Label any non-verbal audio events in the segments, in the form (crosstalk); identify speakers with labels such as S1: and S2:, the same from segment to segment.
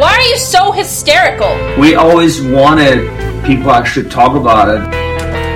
S1: Why are you so hysterical?
S2: We always wanted people actually talk about it.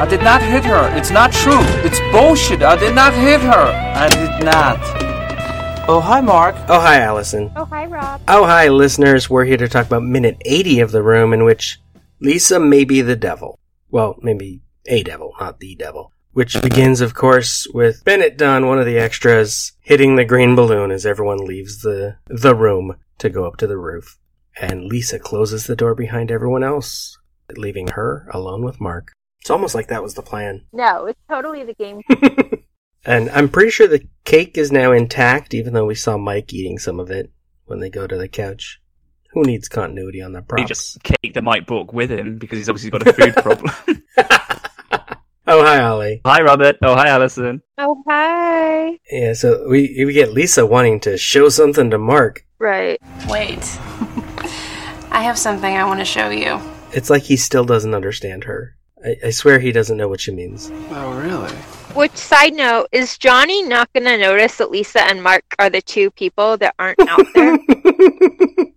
S3: I did not hit her. It's not true. It's bullshit. I did not hit her. I did not. Oh, hi, Mark.
S4: Oh, hi, Allison.
S5: Oh, hi, Rob.
S4: Oh, hi, listeners. We're here to talk about minute 80 of the room in which Lisa may be the devil. Well, maybe a devil, not the devil. Which begins, of course, with Bennett Dunn, one of the extras, hitting the green balloon as everyone leaves the, the room to go up to the roof. And Lisa closes the door behind everyone else, leaving her alone with Mark. It's almost like that was the plan.
S5: No, it's totally the game.
S4: And I'm pretty sure the cake is now intact, even though we saw Mike eating some of it when they go to the couch. Who needs continuity on that
S6: He
S4: props?
S6: just kicked the Mike book with him because he's obviously got a food problem.
S4: (laughs) oh, hi, Ollie.
S6: (laughs) hi, Robert. Oh, hi, Alison.
S7: (laughs) Oh, hi.
S4: Yeah, so we we get Lisa wanting to show something to Mark.
S7: Right.
S1: Wait. I have something I want to show you.
S4: It's like he still doesn't understand her. I, I swear he doesn't know what she means.
S8: Oh, really?
S7: Which side note is Johnny not going to notice that Lisa and Mark are the two people that aren't
S5: (laughs)
S7: out there?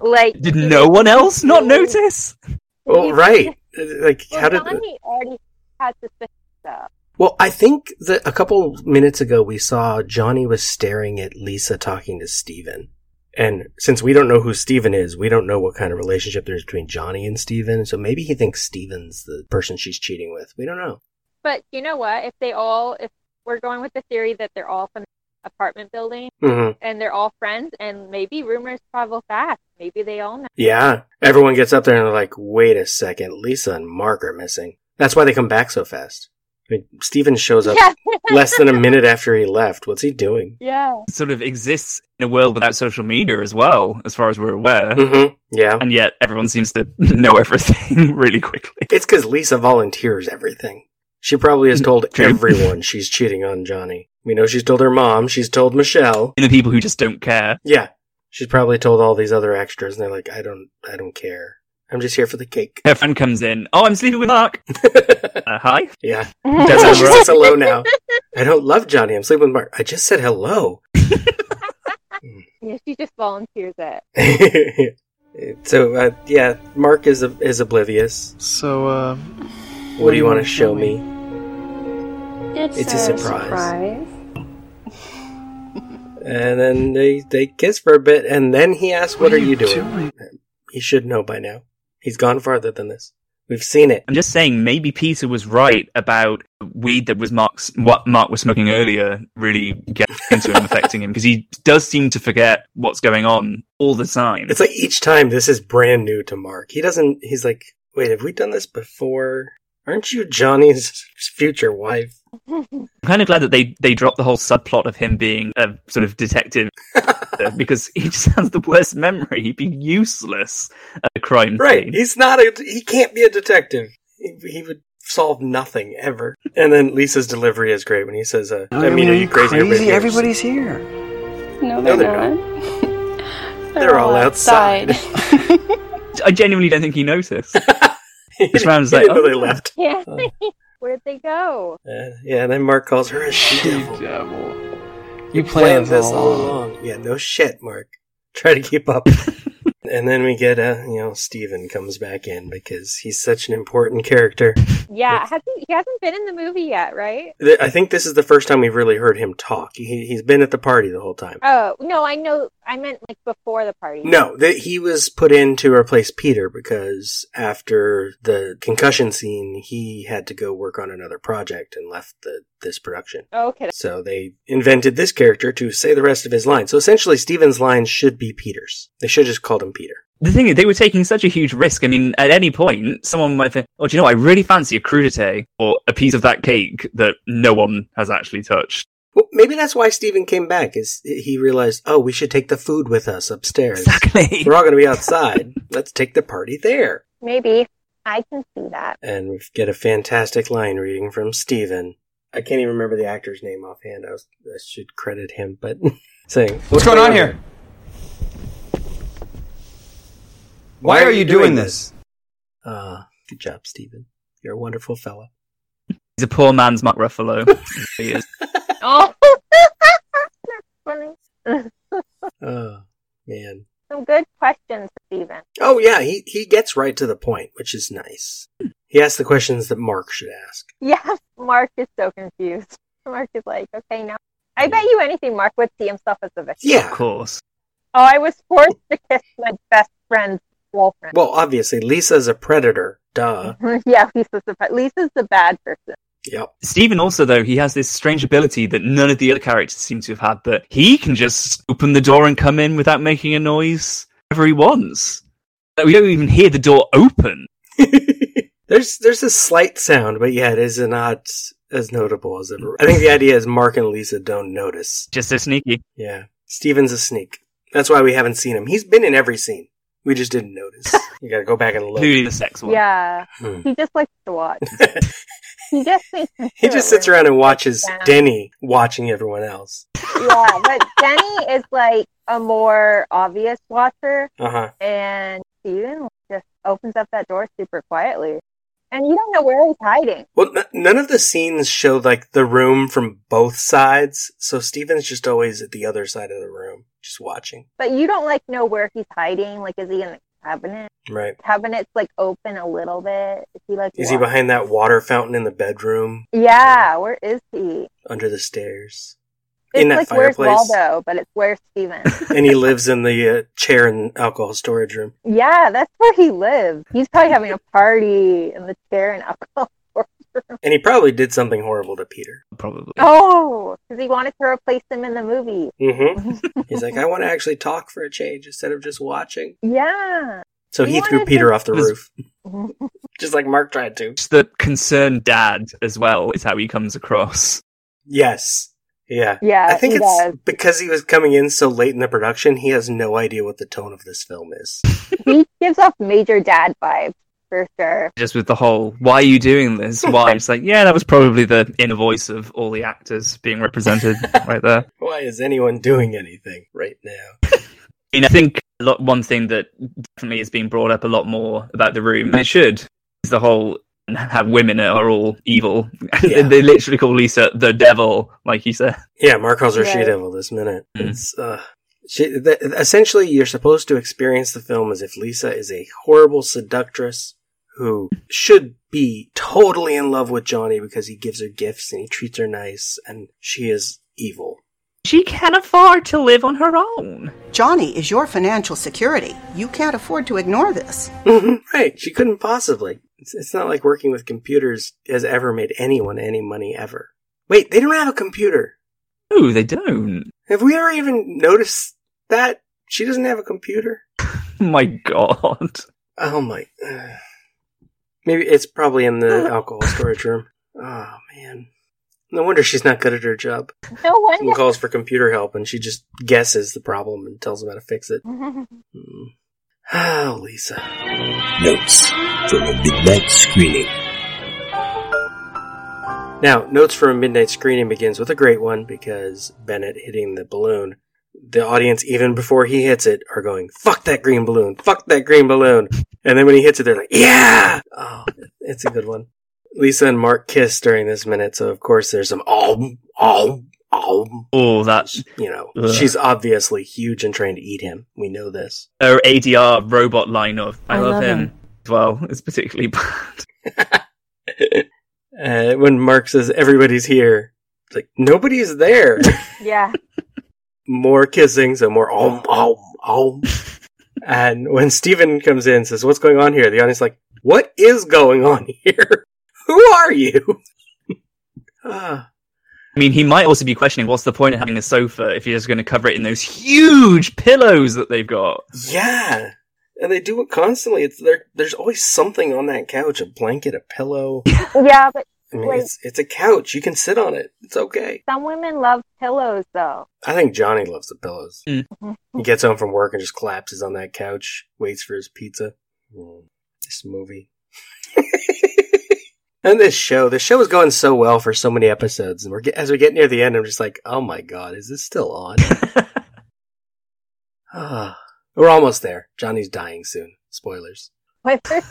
S7: like,
S6: Did no one else not notice?
S4: well, right. Uh, Like,
S7: well,
S4: how did.
S7: Johnny already had suspicion stuff.
S4: Well, I think that a couple minutes ago we saw Johnny was staring at Lisa talking to Steven. And since we don't know who Steven is, we don't know what kind of relationship there's between Johnny and Steven. So maybe he thinks Steven's the person she's cheating with. We don't know.
S7: But you know what? If they all, if we're going with the theory that they're all from the apartment building
S4: Mm-hmm.
S7: and they're all friends, and maybe rumors travel fast. Maybe they all know.
S4: Yeah. Everyone gets up there and they're like, wait a second. Lisa and Mark are missing. That's why they come back so fast. I mean, Steven shows up
S7: Yeah.
S4: less than a minute after he left. What's he doing?
S7: (laughs) yeah.
S6: Sort of exists in a world without social media as well, as far as we're aware.
S4: Mm-hmm. Yeah.
S6: And yet everyone seems to (laughs) know everything (laughs) really quickly.
S4: It's because Lisa volunteers everything. She probably has told
S6: True.
S4: everyone she's cheating on Johnny. We know she's told her mom, she's told Michelle.
S6: And the people who just don't care.
S4: Yeah. She's probably told all these other extras and they're like, I don't I don't care. I'm just here for the cake. (laughs)
S6: Her friend comes in. Oh, I'm sleeping with Mark. Uh, hi.
S4: yeah.
S7: (laughs)
S4: That's how she says hello now. I don't love Johnny, I'm sleeping with Mark. I just said hello.
S7: Yeah, she just volunteers it.
S4: (laughs) so uh, yeah, Mark is is oblivious.
S8: So,
S4: um,
S8: uh.
S4: What, do you want to show me? It's a surprise. And then they they kiss for a bit, and then he asks, "What, are you doing? He should know by now. He's gone farther than this. We've seen it.
S6: I'm just saying, maybe Peter was right about weed that was Mark's what Mark was smoking earlier really getting into him, affecting him because he does seem to forget what's going on all the time.
S4: It's like each time this is brand new to Mark. He doesn't. He's like, "Wait, have we done this before? Aren't you Johnny's (laughs) future wife?"
S6: I'm kind of glad that they they dropped the whole subplot of him being a sort of detective uh, because he just has the worst memory. He'd be useless at a crime (laughs)
S4: Right.
S6: scene.
S4: He's not a. He can't be a detective. He, he would solve nothing ever. And then Lisa's delivery is great when he says, uh, "I mean, are you crazy? Everybody-
S3: Everybody's here.
S1: No,
S4: they're not. (laughs) They're all outside." (laughs)
S6: I genuinely don't think he noticed.
S4: He
S6: This man's
S4: (laughs) didn't
S6: like,
S4: know they
S6: "Oh."
S4: left.
S7: Yeah.
S4: Oh.
S7: (laughs) Where did they go?
S4: Uh, yeah, and then Mark calls her a she devil.
S8: devil. You
S4: planned this all along. Yeah, no shit, Mark. (laughs) Try to keep (laughs) up. and then we get, uh, you know, Steven comes back in because he's such an important character.
S7: Yeah, has he, he hasn't been in the movie yet, right?
S4: Th- I think this is the first time we've really heard him talk. He, he's been at the party the whole time.
S7: Oh no, I know. I meant like before the party.
S4: No, that he was put in to replace Peter because after the concussion scene, he had to go work on another project and left the, this production.
S7: Okay.
S4: So they invented this character to say the rest of his lines. So essentially, Steven's lines should be Peter's. They should have just called him Peter.
S6: The thing is, they were taking such a huge risk. I mean, at any point, someone might think, "Oh, do you know? what? I really fancy a crudité or a piece of that cake that no one has actually touched."
S4: Well, maybe that's why Steven came back. Is he realized? Oh, we should take the food with us upstairs. Exactly. We're all going to be outside. Let's take the party there.
S7: Maybe. I can see
S4: (laughs)
S7: that.
S4: And we get a fantastic line reading from Steven. I can't even remember the actor's name offhand. I, was, I should credit him, but (laughs) saying,
S9: What's going on here? Why are you doing this?
S4: Uh, good job, Steven. You're a wonderful fellow.
S6: He's a poor man's Mark Ruffalo. he is.
S7: Oh. That's funny.
S4: Oh, man.
S7: Some good questions, Stephen.
S4: Oh, yeah, he, he gets right to the point, which is nice. He asks the questions that Mark should ask.
S7: Yes, Mark is so confused. (laughs) Mark is like, okay, now. I bet you anything Mark would see himself as a victim.
S4: Yeah. Of
S6: course.
S7: Oh, I was forced to kiss my best friend's girlfriend.
S4: Well, uh. obviously, Lisa's a predator. Duh.
S7: (laughs) yeah, Lisa's the, Lisa's the bad person.
S4: Yep.
S6: Stephen also, though, he has this strange ability that none of the other characters seem to have had, but he can just open the door and come in without making a noise whenever he wants. Like, We don't even hear the door open.
S4: (laughs) There's there's a slight sound, but yeah, it is not as notable as ever. I think the idea is Mark and Lisa don't notice.
S6: Just so sneaky.
S4: Yeah. Steven's a sneak. That's why we haven't seen him. He's been in every scene. We just didn't notice. you gotta go back and look.
S6: Including the sex one.
S7: Yeah.
S4: Hmm.
S7: He just likes to
S4: (laughs)
S7: watch. he just thinks
S4: He just sits around and watches Denny watching everyone else.
S7: Yeah, but Jenny is like a more obvious watcher,
S4: Uh huh.
S7: and Steven just opens up that door super quietly. And you don't know where he's hiding.
S4: Well, n- none of the scenes show like the room from both sides, so Steven's just always at the other side of the room, just watching.
S7: But you don't like know where he's hiding. Like, is he in the cabinet?
S4: Right?
S7: Cabinet's like open a little bit. Is he like?
S4: Is he
S7: walk-
S4: behind that water fountain in the bedroom,
S7: Yeah. Where is he?
S4: under the stairs,
S7: It's
S4: in that
S7: like
S4: fireplace?
S7: where's Waldo, but it's where Steven. (laughs)
S4: and he lives in the uh, chair in alcohol storage room.
S7: yeah, that's where he lives. He's probably having a party in the chair and alcohol.
S4: And he probably did something horrible to Peter.
S6: Probably.
S7: Oh, because he wanted to replace him in the movie.
S4: hmm
S7: (laughs)
S4: He's like, I want to actually talk for a change instead of just watching.
S7: Yeah.
S4: So he threw Peter off the
S6: Was-
S4: roof, just like Mark tried to.
S6: Just the concerned dad as well is how he comes across.
S4: Yes. Yeah.
S7: Yeah,
S4: I think
S7: he
S4: it's
S7: does.
S4: because he was coming in so late in the production, he has no idea what the tone of this film is.
S7: he (laughs) gives off major dad vibes for sure.
S6: Just with the whole, why are you doing this? Why? It's like, yeah, that was probably the inner voice of all the actors being represented right there.
S4: Why is anyone doing anything right now?
S6: And I think a lot, one thing that definitely is being brought up a lot more about the room, and it should, is the whole how women are all evil. (laughs)
S4: Yeah.
S6: they literally call Lisa the devil, like you said.
S4: Yeah, Mark calls her she
S7: Right.
S4: devil this minute.
S6: Mhm.
S4: It's uh she, th- essentially you're supposed to experience the film as if Lisa is a horrible seductress who should be totally in love with Johnny because he gives her gifts and he treats her nice and she is evil. (laughs)
S6: She can afford to live on her own.
S10: Johnny is your financial security. You can't afford to ignore this.
S4: right, she couldn't possibly. It's, it's not like working with computers has ever made anyone any money ever. Wait, they don't have a computer.
S6: No, they don't.
S4: Have we ever even noticed that she doesn't have a computer?
S6: Oh My God.
S4: Oh my. (sighs) Maybe it's probably in the alcohol storage room. Oh man. No wonder she's not good at her job.
S7: No
S4: Someone
S7: wonder.
S4: calls for computer help and she just guesses the problem and tells them how to fix it.
S7: (laughs)
S4: Hmm. (sighs) Oh, Lisa.
S11: Notes from a midnight screening.
S4: Now, Notes from a Midnight Screening begins with a great one because Bennett hitting the balloon. The audience, even before he hits it, are going, fuck that green balloon, fuck that green balloon. And then when he hits it, they're like, yeah! Oh, it's a good one. Lisa and Mark kiss during this minute, so of course there's some, oh, oh, oh.
S6: Oh, that
S4: You know,
S6: Ugh.
S4: she's obviously huge and trying to eat him. We know this.
S6: her ADR robot line of I,
S4: I
S6: love,
S4: love
S6: him.
S4: him.
S6: Well, it's particularly (laughs) bad.
S4: Uh, when Mark says, everybody's here, it's like, nobody's there.
S7: Yeah.
S4: more kissing, so more om om om. and when Steven comes in and says, What's going on here? The audience is like, What is going on (laughs) here? Who are you? (laughs) Ah,
S6: I mean, he might also be questioning what's the point of having a sofa if you're just going to cover it in those huge pillows that they've got.
S4: yeah. And they do it constantly. It's there there's always something on that couch, a blanket, a pillow.
S7: yeah, but
S4: I mean,
S7: Wait.
S4: it's it's a couch. You can sit on it. It's okay.
S7: Some women love pillows, (laughs) though.
S4: I think Johnny loves the pillows.
S7: Mhm.
S4: He gets home from work and just collapses on that couch, waits for his pizza. Mm, This movie. (laughs) and this show. The show is going so well for so many episodes, and we're get, as we get near the end, I'm just like, oh my god, is this still on? Ah, we're almost there. Johnny's dying soon. Spoilers. (laughs)
S7: My first.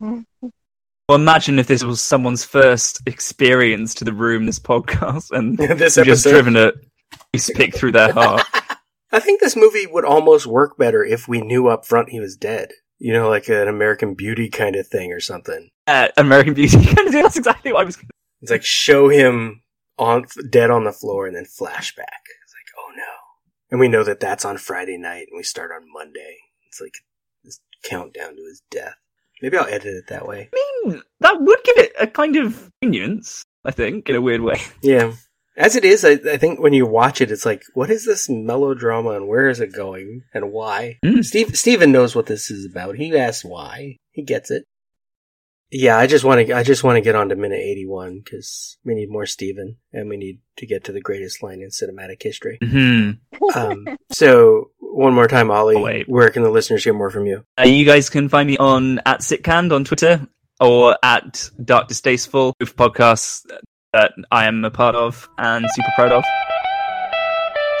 S6: Well, imagine if this was someone's first experience to the room, this podcast, and
S4: This
S6: you've just
S4: episode.
S6: driven a pick through
S4: (laughs)
S6: their heart.
S4: I think this movie would almost work better if we knew up front he was dead. You know, like an American Beauty kind of thing or something.
S6: Uh, American Beauty. (laughs) That's exactly what I was.
S4: It's like show him on dead on the floor and then flashback. It's like, oh no. And we know that that's on Friday night and we start on Monday. It's like this countdown to his death. Maybe I'll edit it that way.
S6: mean, that would give it a kind of convenience, I think, in a weird
S4: (laughs)
S6: way.
S4: Yeah. As it is, I, I think when you watch it, it's like, what is this melodrama and where is it going and why? Steve Steven knows what this is about. He asks why. He gets it. Yeah, I just want to. I just want to get on to minute eighty-one because we need more Steven, and we need to get to the greatest line in cinematic history. um, so, one more time, Ollie. where can the listeners hear more from you?
S6: Uh, you guys can find me on at sitcand on Twitter or at Dark Distasteful, both podcasts that I am a part of and super proud of.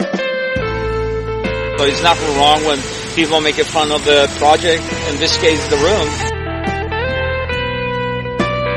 S12: So it's not wrong when people make fun of the project, in this case, the room.